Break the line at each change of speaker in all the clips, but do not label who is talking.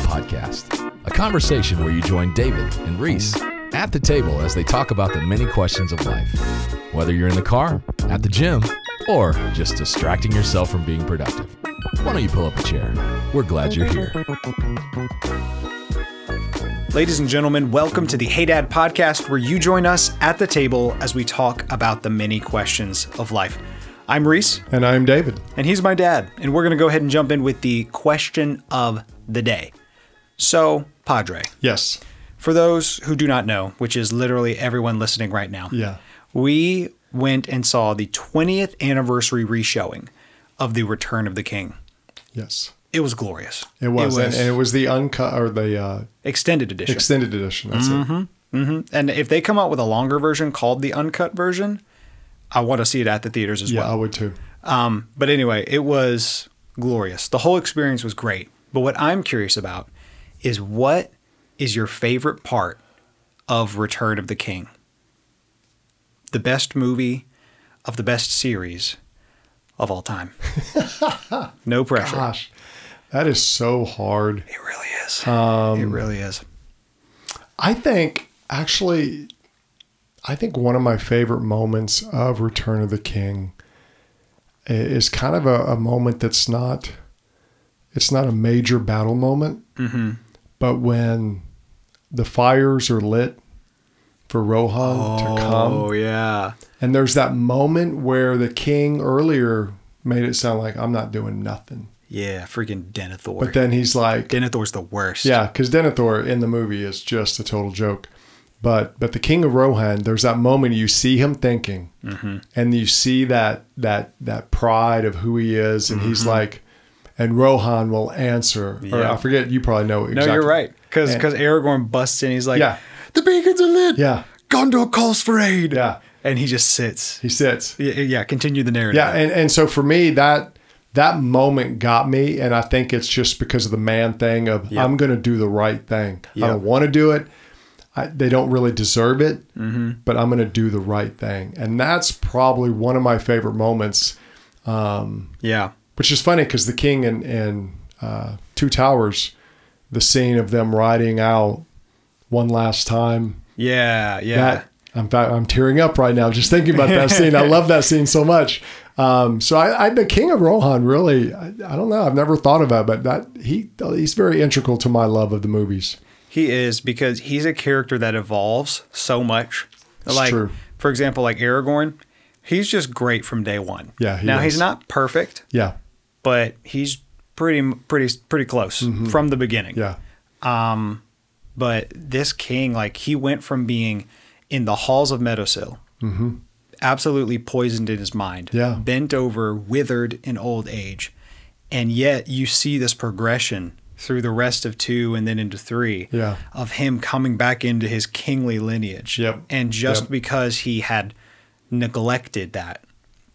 podcast, a conversation where you join David and Reese at the table as they talk about the many questions of life. Whether you're in the car, at the gym, or just distracting yourself from being productive, why don't you pull up a chair? We're glad you're here.
Ladies and gentlemen, welcome to the Hey Dad podcast, where you join us at the table as we talk about the many questions of life. I'm Reese,
And I'm David.
and he's my dad, and we're going to go ahead and jump in with the question of the day. So, Padre,
Yes.
for those who do not know, which is literally everyone listening right now,
Yeah.
we went and saw the 20th anniversary reshowing of The Return of the King.
Yes.
It was glorious.
It was.
It
And, and it was the uncut or the uh,
extended edition.
extended edition. That's it.
Mm-hmm. And if they come out with a longer version called the uncut version, I want to see it at the theaters as
Yeah, I
well.
would too.
Um, but anyway, it was glorious. The whole experience was great. But what I'm curious about is what is your favorite part of Return of the King? The best movie of the best series of all time. no pressure.
Gosh, that is so hard.
It really is.
Um,
it really is.
I think actually, I think one of my favorite moments of Return of the King i- is kind of a, a moment that's not, it's not a major battle moment, but when the fires are lit for Rohan to come.
Oh yeah.
And there's that moment where the king earlier made it sound like I'm not doing nothing,
Yeah, freaking Denethor.
but then he's like,
Denethor's the worst.
yeah, because Denethor in the movie is just a total joke. But but the king of Rohan, there's that moment you see him thinking,
Mm-hmm.
and you see that that that pride of who he is, and he's like, and Rohan will answer. Or
Mm-hmm. Yeah.
I forget. You probably know
No,
exactly.
you're right. Because
And-
Aragorn busts in, he's like,
Yeah.
"The beacons are lit.
Yeah,
Gondor calls for aid."
yeah.
and he just sits.
He sits.
Yeah, yeah, continue the narrative.
Yeah, and, and so for me that that moment got me, and I think it's just because of the man thing of I'm going to do the right thing. I don't want to do it. I, they don't really deserve it, but I'm going to do the right thing, and that's probably one of my favorite moments.
yeah,
Which is funny because the king and and uh, Two Towers, the scene of them riding out one last time.
yeah, yeah.
That I'm I'm tearing up right now just thinking about that scene. I love that scene so much. Um, so I, I the King of Rohan really I, I don't know I've never thought about it, but that he he's very integral to my love of the movies.
He is because he's a character that evolves so much.
It's
like,
true.
for example, like Aragorn, he's just great from day one.
Yeah, he
now
is.
he's not perfect,
Yeah,
but he's pretty, pretty, pretty close from the beginning.
Mm-hmm. yeah,
But this king, like he went from being in the halls of Meadowsill, absolutely poisoned in his mind,
Mm-hmm. Yeah.
bent over, withered in old age, and yet you see this progression through the rest of two and then into three
Yeah.
of him coming back into his kingly lineage.
Yep.
And just
Yep.
because he had neglected that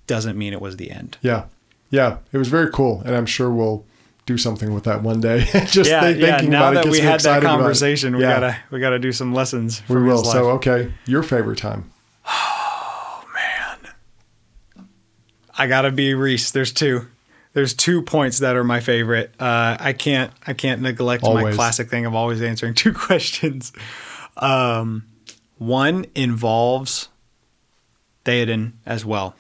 doesn't mean it was the end.
yeah, yeah. It was very cool, and I'm sure we'll do something with that one day. Just
Yeah,
think-
yeah.
thinking
Now
about it
that
gets
we
me
had that
excited about it.
conversation, we
Yeah,
gotta we gotta do some lessons.
we
from his
will.
life.
So okay, your favorite time?
I gotta be Reese. There's two. There's two points that are my favorite. Uh, I can't. I can't neglect my
Always.
classic thing of always answering two questions. Um, one involves Theoden as well.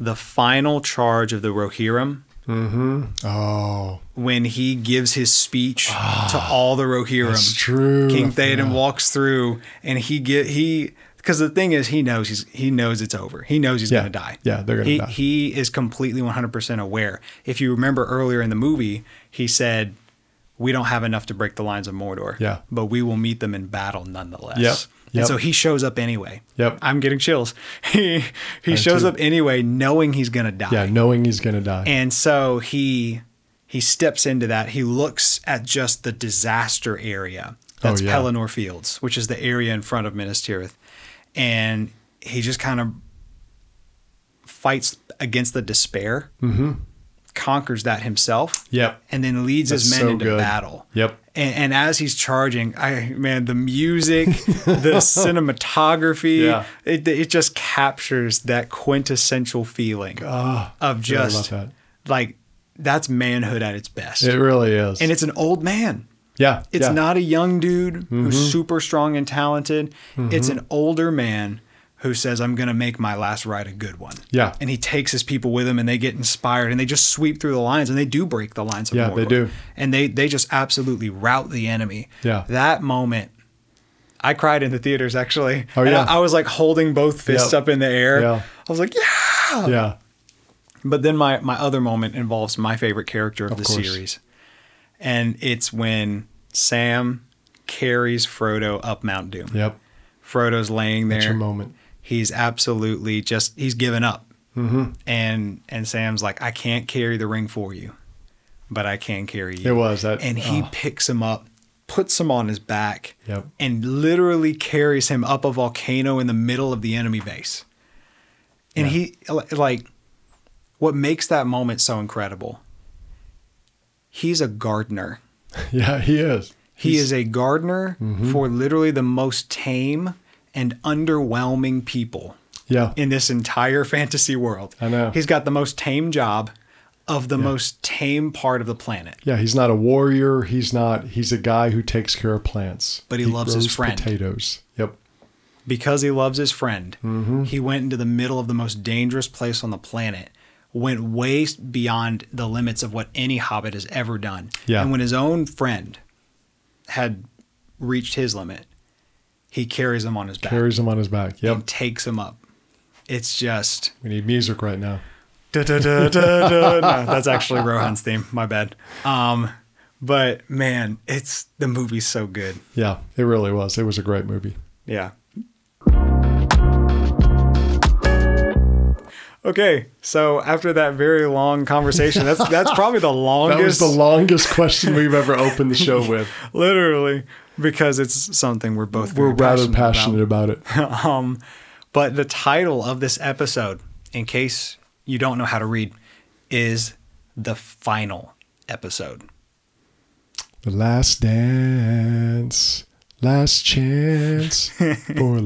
The final charge of the Rohirrim
Mm-hmm. Oh,
when he gives his speech to all the Rohirrim.
it's true.
King Theoden walks through, and he get he because the thing is he knows he's he knows it's over. He knows he's
Yeah.
gonna die.
Yeah, they're gonna
he,
die.
He is completely 100 percent aware. If you remember earlier in the movie, he said, "We don't have enough to break the lines of Mordor.
Yeah.
but we will meet them in battle nonetheless."
Yep.
And
Yep.
so he shows up anyway.
Yep.
I'm getting chills. He he shows
too.
up anyway, knowing he's gonna die.
Yeah, knowing he's gonna die.
And so he he steps into that. He looks at just the disaster area. That's
Oh, yeah.
Pelennor Fields, which is the area in front of Minas Tirith. And he just kind of fights against the despair, conquers that himself,
Mm-hmm. yep.
and then leads his
That's
men
so
into
good.
battle.
Yep.
And, and as he's charging, I man, the music, the cinematography,
Yeah.
it, it just captures that quintessential feeling
Ah,
of
I love
just
that.
like that's manhood at its best.
It really is.
and it's an old man.
Yeah.
It's
yeah. Mm-hmm.
not a young dude who's super strong and talented. It's an older man who says, I'm going to make my last ride a good one.
Yeah.
And he takes his people with him and they get inspired and they just sweep through the lines and they do break the lines of
Yeah, they
Mordor.
do.
And they, they just absolutely rout the enemy.
Yeah.
That moment. I cried in the theaters actually.
Oh,
And
yeah.
I, I was like holding both fists
Yep.
up in the air.
Yeah.
I was like, yeah.
Yeah.
But then my my other moment involves my favorite character of, the
course.
series. And it's when Sam carries Frodo up Mount Doom.
Yep.
Frodo's laying
It's
there.
your moment.
He's absolutely just he's given up. Mm-hmm. And and Sam's like, I can't carry the ring for you, but I can carry you.
It was that. uh-huh.
And he picks him up, puts him on his back,
Yep.
and literally carries him up a volcano in the middle of the enemy base. And he li- like what makes that moment so incredible. He's a gardener.
yeah, he is.
He is a gardener
Mm-hmm.
for literally the most tame and underwhelming people
Yeah.
in this entire fantasy world.
I know.
He's got the most tame job of the most tame part of the planet.
Yeah, he's not a warrior. He's not. He's a guy who takes care of plants.
But he loves his
grows
friend.
Potatoes. Yep.
because he loves his friend,
Mm-hmm.
he went into the middle of the most dangerous place on the planet, went way beyond the limits of what any hobbit has ever done.
Yeah.
And when his own friend had reached his limit, he carries him on his back
Carries him on his back. Yep.
and takes him up. It's just
We need music right now.
da, da, da, da, da. No, that's actually Rohan's theme. My bad. Um, but man, it's the movie's so good.
Yeah, it really was. It was a great movie.
Yeah. Okay, so after that very long conversation, that's that's probably the
That
longest,
was the longest question we've ever opened the show with.
literally, because it's something we're both
We're
very
rather
about.
passionate about it.
um, but the title of this episode, in case you don't know how to read, is the final episode.
The last dance, last chance for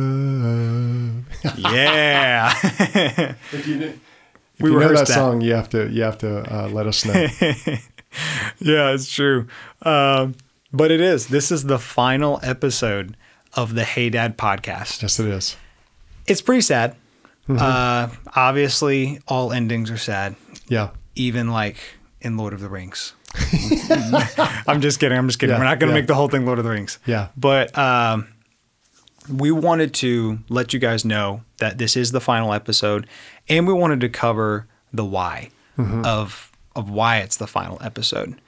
love.
Yeah,
If you, did, if
We
you know
rehearsed
that,
that.
song, you have to you have to uh, let us know.
yeah, it's true. Um, but it is. This is the final episode of the Hey Dad podcast.
yes, it is.
it's pretty sad. Uh, obviously, all endings are sad,
Yeah,
even like in Lord of the Rings. I'm just kidding. I'm just kidding.
Yeah,
We're not going to
yeah.
make the whole thing Lord of the Rings.
Yeah.
But um, we wanted to let you guys know that this is the final episode, and we wanted to cover the why Mm-hmm. of of why it's the final episode.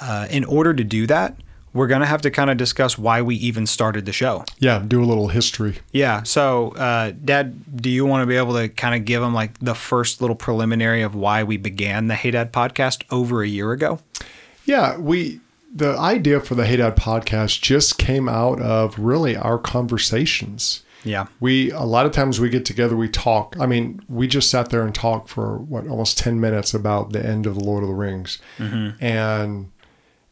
Uh, in order to do that, we're going to have to kind of discuss why we even started the show.
yeah. Do a little history.
Yeah. So, uh, Dad, do you want to be able to kind of give them like the first little preliminary of why we began the Hey Dad podcast over a year ago?
Yeah, we the idea for the Hey Dad podcast just came out of really our conversations.
Yeah.
We a lot of times we get together, we talk. I mean, we just sat there and talked for what almost ten minutes about the end of the Lord of the Rings, and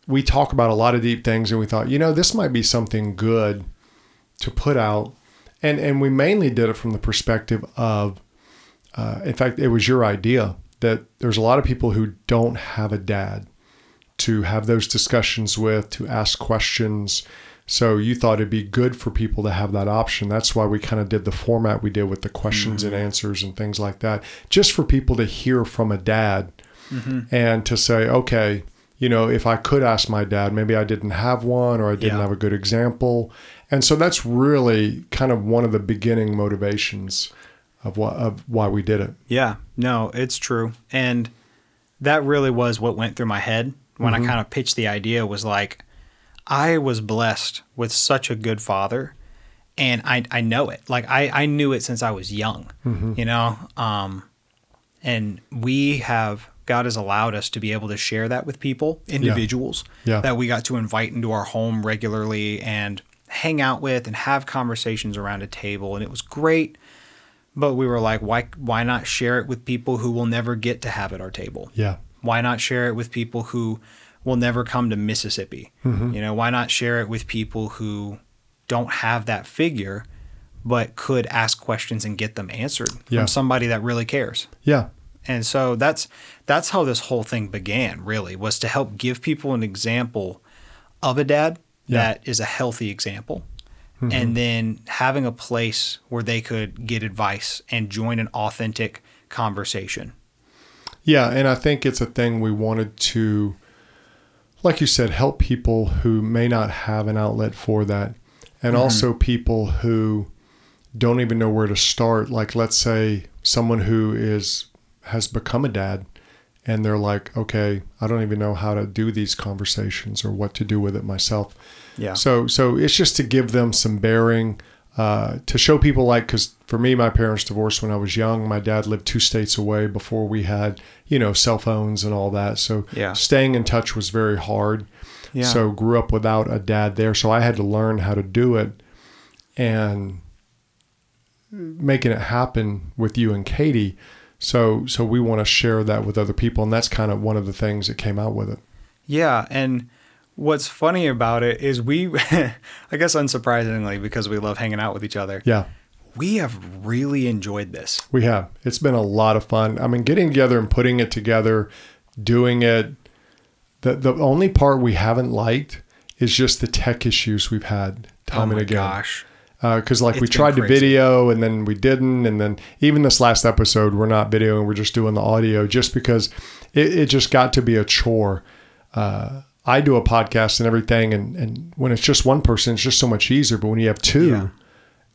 we talk about a lot of deep things. And we thought, you know, this might be something good to put out, and and we mainly did it from the perspective of, uh, in fact, it was your idea that there's a lot of people who don't have a dad to have those discussions with, to ask questions. So you thought it'd be good for people to have that option. That's why we kind of did the format we did with the questions and answers and things like that, just for people to hear from a dad and to say, okay, you know, if I could ask my dad, maybe I didn't have one or I didn't
Yeah.
have a good example. And so that's really kind of one of the beginning motivations of what of why we did it.
Yeah. No, it's true. And that really was what went through my head when I kind of pitched the idea was like, I was blessed with such a good father. And I, I know it. Like, I, I knew it since I was young, you know? Um, and we have God has allowed us to be able to share that with people, individuals
Yeah.
that we got to invite into our home regularly and hang out with and have conversations around a table and it was great but we were like why why not share it with people who will never get to have at our table
Yeah.
why not share it with people who will never come to Mississippi?
Mm-hmm.
You know, why not share it with people who don't have that figure but could ask questions and get them answered
Yeah.
from somebody that really cares?
Yeah.
And so that's that's how this whole thing began really was to help give people an example of a dad
Yeah. Mm-hmm.
that is a healthy example. And then having a place where they could get advice and join an authentic conversation.
Yeah, and I think it's a thing we wanted to, like you said, help people who may not have an outlet for that, and also people who don't even know where to start. Like, let's say someone who is has become a dad, and they're like, "Okay, I don't even know how to do these conversations or what to do with it myself."
Yeah.
So, so it's just to give them some bearing, uh, to show people like, because for me, my parents divorced when I was young. My dad lived two states away before we had, you know, cell phones and all that. So,
Yeah.
staying in touch was very hard.
Yeah.
So, grew up without a dad there. So, I had to learn how to do it and making it happen with you and Katie. So, so we want to share that with other people, and that's kind of one of the things that came out with it.
Yeah, and what's funny about it is we I guess unsurprisingly because we love hanging out with each other.
Yeah.
We have really enjoyed this.
We have. It's been a lot of fun. I mean, getting together and putting it together, doing it. The the only part we haven't liked is just the tech issues we've had time
oh
and
my
again.
gosh.
Because Uh, like we
It's been
tried to
crazy.
video and then we didn't, and then even this last episode we're not videoing. We're just doing the audio, just because it, it just got to be a chore. Uh, I do a podcast and everything, and and when it's just one person, it's just so much easier. But when you have two
Yeah.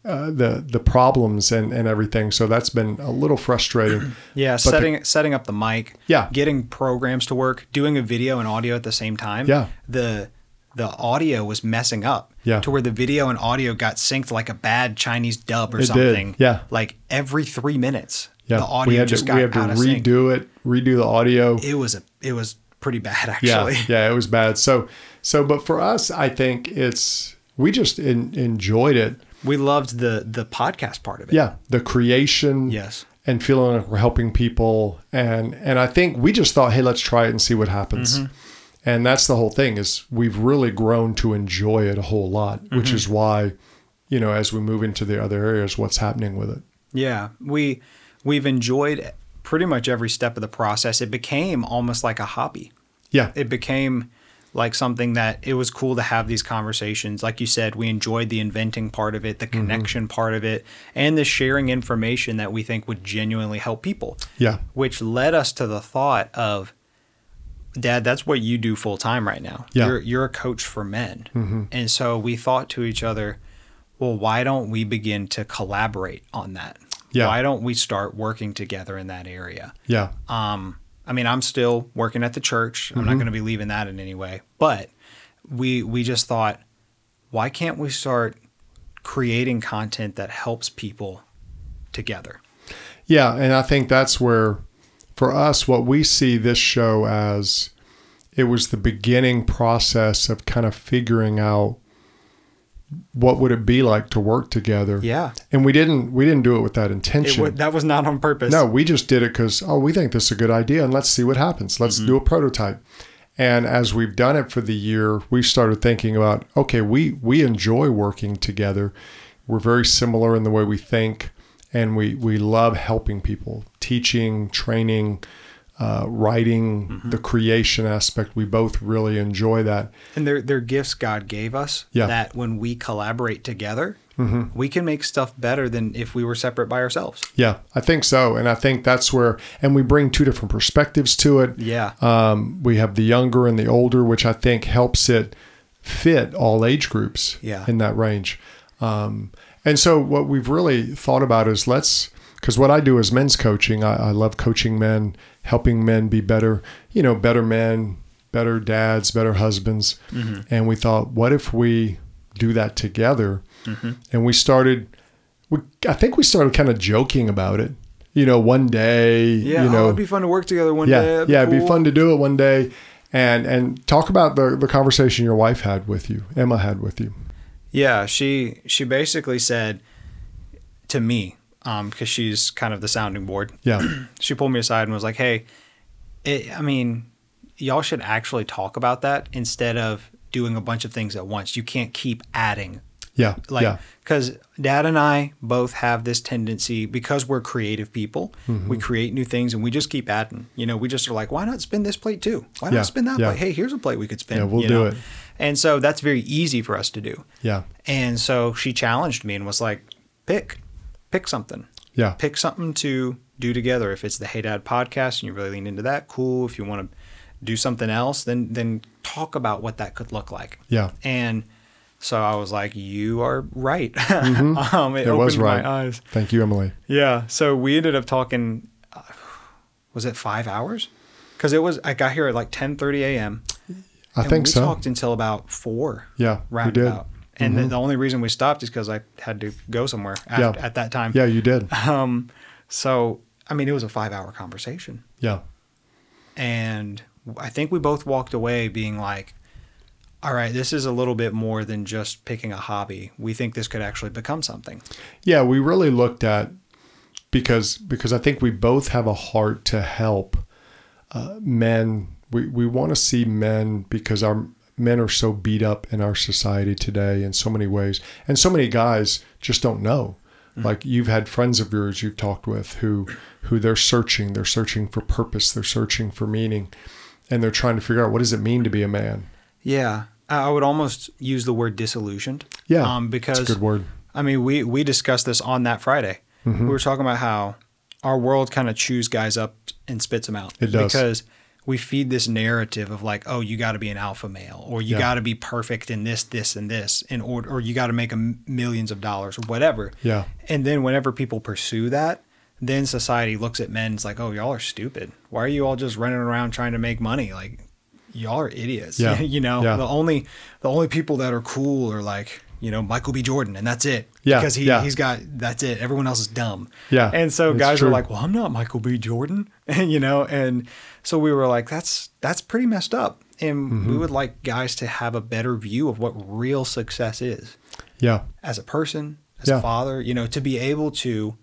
uh, the the problems and and everything. So that's been a little frustrating.
Yeah,
the-
setting setting up the mic.
Yeah.
Getting programs to work, doing a video and audio at the same time.
Yeah.
The the audio was messing up.
Yeah.
To where the video and audio got synced like a bad Chinese dub or
did,
something.
yeah.
Like every three minutes.
yeah,
The audio
we had
just
to,
got
we had to
out of sync.
redo it, redo the audio.
It was a it was pretty bad
yeah,
actually.
yeah, it was bad. So so, but for us, I think it's we just en- enjoyed it.
We loved the the podcast part of it.
Yeah, the creation.
Yes.
and feeling like we're helping people, and and I think we just thought, hey, let's try it and see what happens.
Mm-hmm.
And that's the whole thing is we've really grown to enjoy it a whole lot,
Mm-hmm.
which is why, you know, as we move into the other areas, what's happening with it.
Yeah, we we've enjoyed pretty much every step of the process. It became almost like a hobby.
Yeah.
It became like something that it was cool to have these conversations. Like you said, we enjoyed the inventing part of it, the
Mm-hmm.
connection part of it, and the sharing information that we think would genuinely help people.
Yeah.
Which led us to the thought of Dad, that's what you do full time right now.
Yeah. Mm-hmm.
You're you're a coach for men. And so we thought to each other, well, why don't we begin to collaborate on that?
Yeah.
Why don't we start working together in that area?
Yeah.
Um, I mean, I'm still working at the church. I'm
Mm-hmm.
not going to be leaving that in any way. But we we just thought, why can't we start creating content that helps people together?
Yeah, and I think that's where, for us, what we see this show as, it was the beginning process of kind of figuring out what would it be like to work together.
Yeah,
and we didn't we didn't do it with that intention.
it would, that was not on purpose.
No, we just did it because, oh, we think this is a good idea and let's see what happens. Let's do a prototype. And as we've done it for the year, we've started thinking about, okay, we, we enjoy working together. We're very similar in the way we think and we, we love helping people, teaching, training, uh, writing, the creation aspect. We both really enjoy that.
and they're, they're gifts God gave us.
Yeah. Mm-hmm.
that when we collaborate together, we can make stuff better than if we were separate by ourselves.
Yeah, I think so. And I think that's where, and we bring two different perspectives to it.
Yeah,
Um, we have the younger and the older, which I think helps it fit all age groups
Yeah.
in that range. Um, and so, what we've really thought about is let's, because what I do is men's coaching. I, I love coaching men, helping men be better, you know, better men, better dads, better husbands.
Mm-hmm.
And we thought, what if we do that together?
Mm-hmm.
And we started, we, I think we started kind of joking about it. You know, one day,
yeah.
you
oh,
know,
it'd be fun to work together one
yeah,
day.
yeah, it'd be
cool.
fun to do it one day, and and talk about the the conversation your wife had with you, Emma had with you.
Yeah, she she basically said to me, um, because she's kind of the sounding board.
Yeah,
She pulled me aside and was like, "Hey, it, I mean, y'all should actually talk about that instead of doing a bunch of things at once. You can't keep adding
Yeah.
like
yeah.
because dad and i both have this tendency because we're creative people
Mm-hmm.
we create new things and we just keep adding you know we just are like why not spin this plate too why
Yeah,
not spin that
yeah.
plate hey here's a plate we could spin
Yeah, we'll
you
do
know?
it.
and so that's very easy for us to do
Yeah.
and so she challenged me and was like pick pick something
Yeah.
pick something to do together if it's the hey dad podcast and you really lean into that cool if you want to do something else then then talk about what that could look like
Yeah.
and so I was like, "You are right." um, it
Mm-hmm. It
opened
was right.
my eyes.
Thank you, Emily.
Yeah. So we ended up talking. Uh, was it five hours? Because it was. I got here at like ten thirty a.m.
I
and
think
we
so.
talked until about four.
Yeah, we
roundabout.
did. Mm-hmm.
And then the only reason we stopped is because I had to go somewhere at,
Yeah.
at that time.
yeah, you did.
So I mean, it was a five-hour conversation.
Yeah.
And I think we both walked away being like, all right, this is a little bit more than just picking a hobby. We think this could actually become something.
Yeah, we really looked at because because I think we both have a heart to help uh, men. We we want to see men because our men are so beat up in our society today in so many ways, and so many guys just don't know.
Mm-hmm.
Like you've had friends of yours you've talked with who who they're searching, they're searching for purpose, they're searching for meaning, and they're trying to figure out what does it mean to be a man.
Yeah. I I would almost use the word disillusioned.
Yeah,
Um, because
that's a good word.
I mean, we we discussed this on that Friday.
Mm-hmm.
We were talking about how our world kind of chews guys up and spits them out.
It does.
because we feed this narrative of like, oh, you got to be an alpha male, or you
Yeah.
got to be perfect in this, this, and this, in order, or you got to make a m- millions of dollars or whatever.
Yeah.
And then whenever people pursue that, then society looks at men. It's like, oh, y'all are stupid. Why are you all just running around trying to make money? Like, y'all are idiots.
Yeah.
you know,
Yeah.
the only the only people that are cool are like you know Michael B. Jordan, and that's it.
Yeah,
because he
yeah.
he's got that's it. Everyone else is dumb.
Yeah,
and so
it's
guys
true.
were like, "Well, I'm not Michael B. Jordan," and you know, and so we were like, "That's that's pretty messed up." And
Mm-hmm.
we would like guys to have a better view of what real success is
Yeah,
as a person, as
Yeah.
a father, you know, to be able to,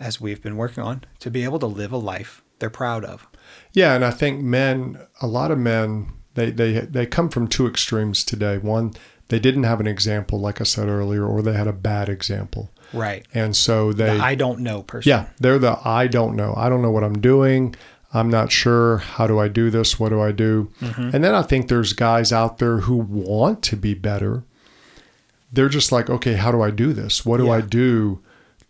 as we've been working on, to be able to live a life they're proud of.
Yeah, and I think men, a lot of men, they they they come from two extremes today. One, they didn't have an example, like I said earlier, or they had a bad example,
Right.
and so they
I don't know person.
yeah, they're the I don't know. I don't know what I'm doing. I'm not sure. How do I do this? What do I do?
Mm-hmm.
And then I think there's guys out there who want to be better. They're just like, okay, how do I do this? What do
Yeah.
I do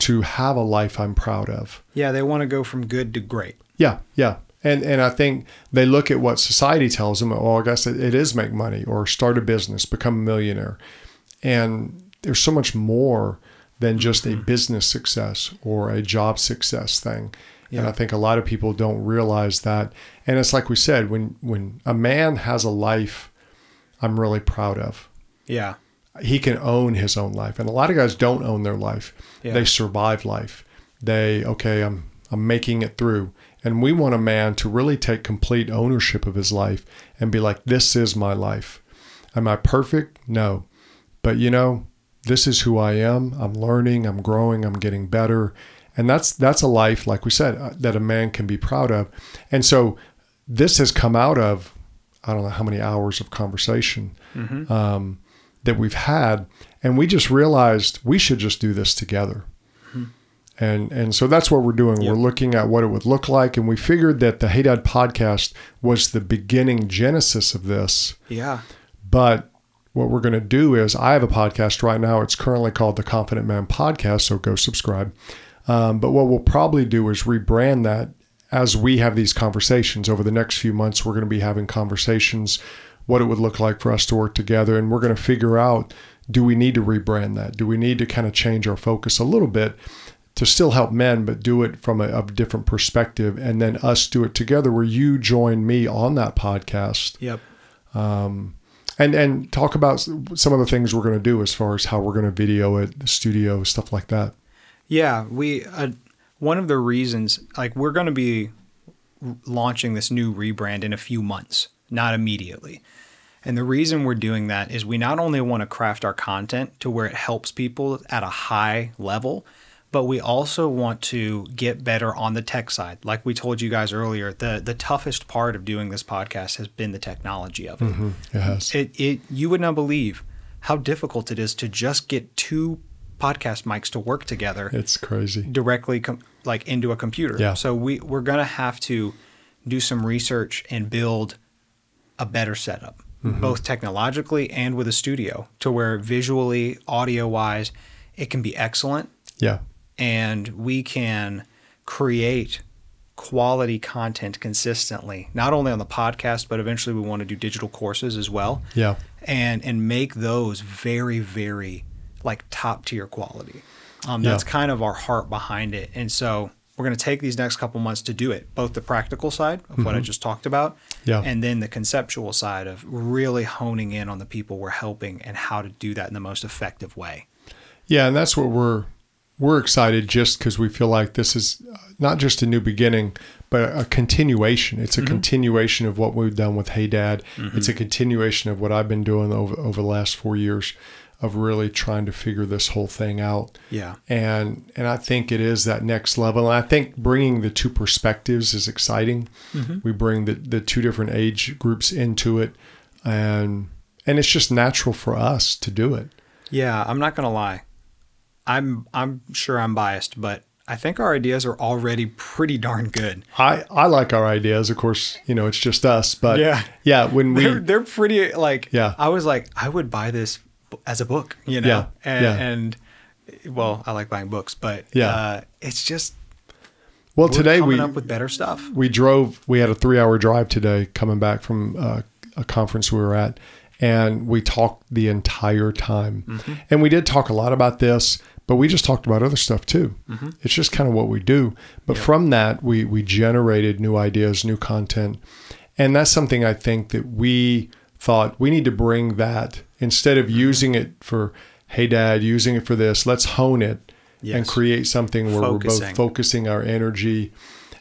to have a life I'm proud of?
Yeah, they want to go from good to great.
Yeah, yeah. And and I think they look at what society tells them, oh, I guess it, it is make money or start a business, become a millionaire. And there's so much more than just a business success or a job success thing. And
Yeah.
I think a lot of people don't realize that. And it's like we said, when when a man has a life I'm really proud of,
Yeah.
he can own his own life. And a lot of guys don't own their life.
Yeah.
They survive life. They okay, I'm I'm making it through. And we want a man to really take complete ownership of his life and be like, this is my life. Am I perfect? No. But you know, this is who I am. I'm learning, I'm growing, I'm getting better. And that's that's a life like we said uh, that a man can be proud of. And so this has come out of I don't know how many hours of conversation um, that we've had, and we just realized we should just do this together. And and so that's what we're doing. We're looking at what it would look like, and we figured that the Hey Dad podcast was the beginning genesis of this.
Yeah.
But what we're going to do is, I have a podcast right now. It's currently called the Confident Man Podcast, so go subscribe. Um, but what we'll probably do is rebrand that as we have these conversations over the next few months. We're going to be having conversations, what it would look like for us to work together, and we're going to figure out do we need to rebrand that? Do we need to kind of change our focus a little bit? To still help men, but do it from a, a different perspective, and then us do it together, where you join me on that podcast,
Yep.
and and talk about s- some of the things we're going to do as far as how we're going to video it, the studio, stuff like that.
Yeah. We, uh, one of the reasons, like, we're going to be r- launching this new rebrand in a few months, not immediately. And the reason we're doing that is we not only want to craft our content to where it helps people at a high level, but we also want to get better on the tech side. Like we told you guys earlier, the the toughest part of doing this podcast has been the technology of it.
Yes.
It, it you would not believe how difficult it is to just get two podcast mics to work together
It's crazy.
directly com- like into a computer.
Yeah.
So we we're gonna have to do some research and build a better setup, both technologically and with a studio, to where visually, audio wise, it can be excellent,
Yeah.
and we can create quality content consistently. Not only on the podcast, but eventually we want to do digital courses as well.
Yeah.
And and make those very very like top tier quality. Um,
Yeah.
that's kind of our heart behind it. And so we're going to take these next couple months to do it, both the practical side of what I just talked about,
Mm-hmm. Yeah.
and then the conceptual side of really honing in on the people we're helping and how to do that in the most effective way.
Yeah, and that's what we're we're excited just because we feel like this is uh, not just a new beginning, but a continuation. It's a continuation of what we've done with Hey Dad. It's a continuation of what I've been doing over over the last four years of really trying to figure this whole thing out.
Yeah.
And and I think it is that next level. And I think bringing the two perspectives is exciting.
Mm-hmm.
We bring the the two different age groups into it, and and it's just natural for us to do it.
Yeah, I'm not gonna lie. I'm I'm sure I'm biased, but I think our ideas are already pretty darn good.
I, I like our ideas. Of course, you know, it's just us, but
Yeah.
yeah, when we,
They're they're pretty like
Yeah.
I was like I would buy this b- as a book, you know.
Yeah,
And,
yeah.
and well, I like buying books, but
Yeah.
uh, it's just
well,
we're
today
coming
we,
up with better stuff.
we drove, we had a three hour drive today coming back from uh, a conference we were at and we talked the entire time.
Mm-hmm.
And we did talk a lot about this, but we just talked about other stuff too.
Mm-hmm.
It's just kind of what we do. But from that, we, we generated new ideas, new content. And that's something I think that we thought we need to bring that instead
Mm-hmm.
of using it for, hey, dad, using it for this, let's hone it and
Yes.
create something where we're
Focusing.
both focusing our energy.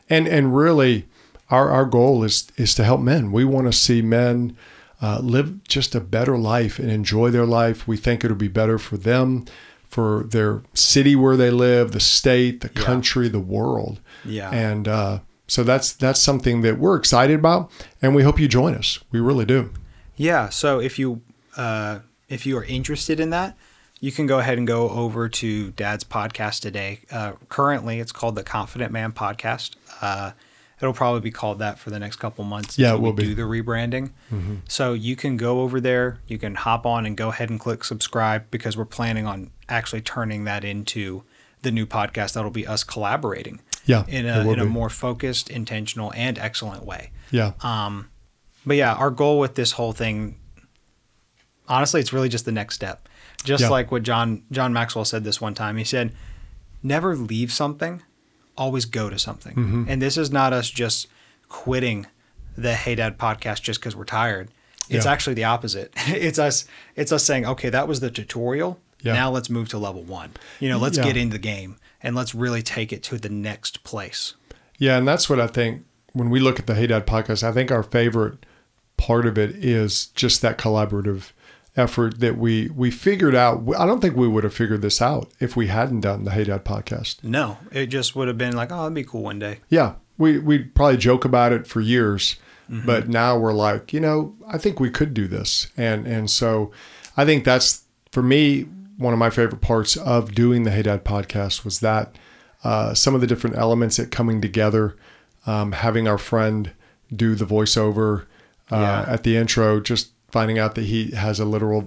And, and really, our, our goal is, is to help men. We want to see men uh, live just a better life and enjoy their life. We think it'll be better for them, for their city where they live, the state, the country, the world.
Yeah.
And uh, so that's that's something that we're excited about, and we hope you join us. We really do.
Yeah. So if you uh, if you are interested in that, you can go ahead and go over to Dad's podcast today. Uh, currently, it's called the Confident Man Podcast. Uh, it'll probably be called that for the next couple months.
Yeah, it
until we
will be. Mm-hmm.
Do the rebranding. So you can go over there. You can hop on and go ahead and click subscribe because we're planning on actually turning that into the new podcast. That'll be us collaborating.
Yeah,
In
it
a
will
in a
be.
more focused, intentional, and excellent way.
Yeah.
But yeah, our goal with this whole thing, honestly, it's really just the next step. Just
Yeah.
like what John John Maxwell said this one time. He said, "Never leave something, always go to something."
Mm-hmm.
And this is not us just quitting the Hey Dad podcast just because we're tired. It's
Yeah.
actually the opposite. It's us. It's us saying, "Okay, that was the tutorial.
Yeah.
Now let's move to level one. You know, let's
Yeah.
get into the game and let's really take it to the next place."
yeah, and that's what I think when we look at the Hey Dad podcast. I think our favorite part of it is just that collaborative effort that we we figured out. I don't think we would have figured this out if we hadn't done the Hey Dad podcast.
No, it just would have been like, "Oh, that'd be cool one day."
Yeah, we we probably joke about it for years,
Mm-hmm.
but now we're like, you know, I think we could do this, and and so I think that's for me one of my favorite parts of doing the Hey Dad podcast was that uh, some of the different elements at coming together, um, having our friend do the voiceover uh,
Yeah.
at the intro, just finding out that he has a literal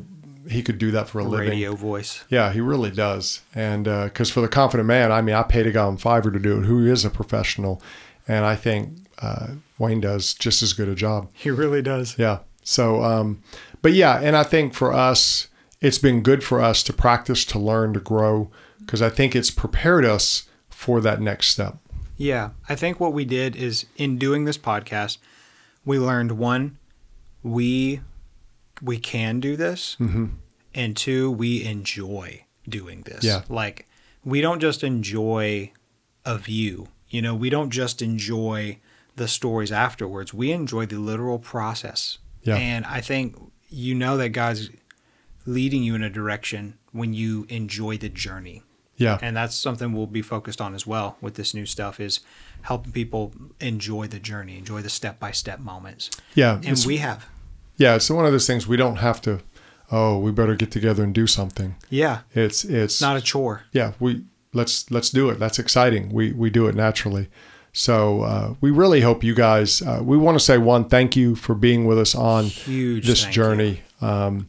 he could do that for a living.
Radio voice.
Yeah, he really does. And because for the confident man, I mean, I paid a guy on Fiverr to do it who is a professional. And I think uh, Wayne does just as good a job.
He really does.
Yeah. So, um, but yeah, and I think for us, it's been good for us to practice, to learn, to grow, because I think it's prepared us for that next step.
Yeah. I think what we did is in doing this podcast, we learned one, we we can do this.
Mm-hmm.
And two, we enjoy doing this.
Yeah.
Like we don't just enjoy a view. You know, we don't just enjoy the stories afterwards. We enjoy the literal process.
Yeah.
And I think you know that God's leading you in a direction when you enjoy the journey.
Yeah.
and that's something we'll be focused on as well with this new stuff is helping people enjoy the journey enjoy the step-by-step moments
yeah.
and
it's-
we have
Yeah, it's one of those things we don't have to oh, we better get together and do something.
Yeah.
It's it's
It's not a chore.
yeah, we let's let's do it. That's exciting. We we do it naturally. So uh, we really hope you guys. Uh, we want to say one thank you for being with us on
Huge
this
thank
journey. Um,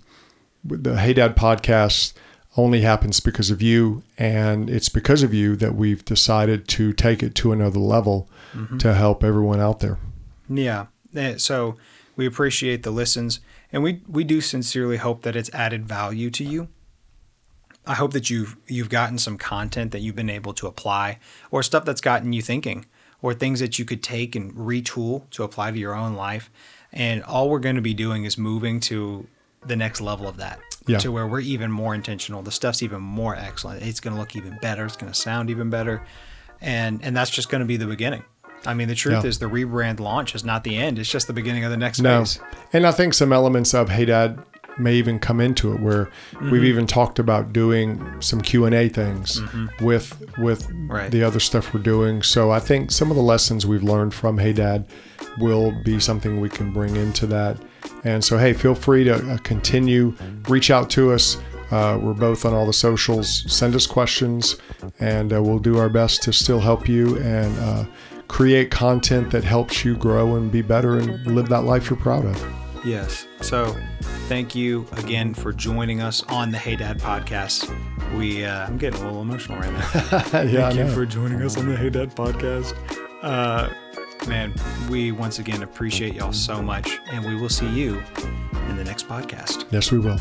with the Hey Dad podcast only happens because of you, and it's because of you that we've decided to take it to another level
Mm-hmm.
to help everyone out there.
Yeah. Eh, So we appreciate the listens and we, we do sincerely hope that it's added value to you. I hope that you've you've gotten some content that you've been able to apply or stuff that's gotten you thinking or things that you could take and retool to apply to your own life. And all we're going to be doing is moving to the next level of that
Yeah.
to where we're even more intentional. The stuff's even more excellent. It's going to look even better. It's going to sound even better. And and that's just going to be the beginning. I mean, the truth
Yeah.
is the rebrand launch is not the end. It's just the beginning of the next
No.
phase.
And I think some elements of Hey Dad may even come into it where we've even talked about doing some Q&A things with with
Right.
the other stuff we're doing. So I think some of the lessons we've learned from Hey Dad will be something we can bring into that. And so hey, feel free to uh, continue reach out to us. Uh, we're both on all the socials. Send us questions, and uh, we'll do our best to still help you and uh, create content that helps you grow and be better and live that life you're proud of.
Yes. So, thank you again for joining us on the Hey Dad podcast. We uh, I'm getting a little emotional right now.
yeah, I
thank you
know.
for joining us on the Hey Dad podcast. Uh, man, we once again appreciate y'all so much, and we will see you in the next podcast.
yes, we will.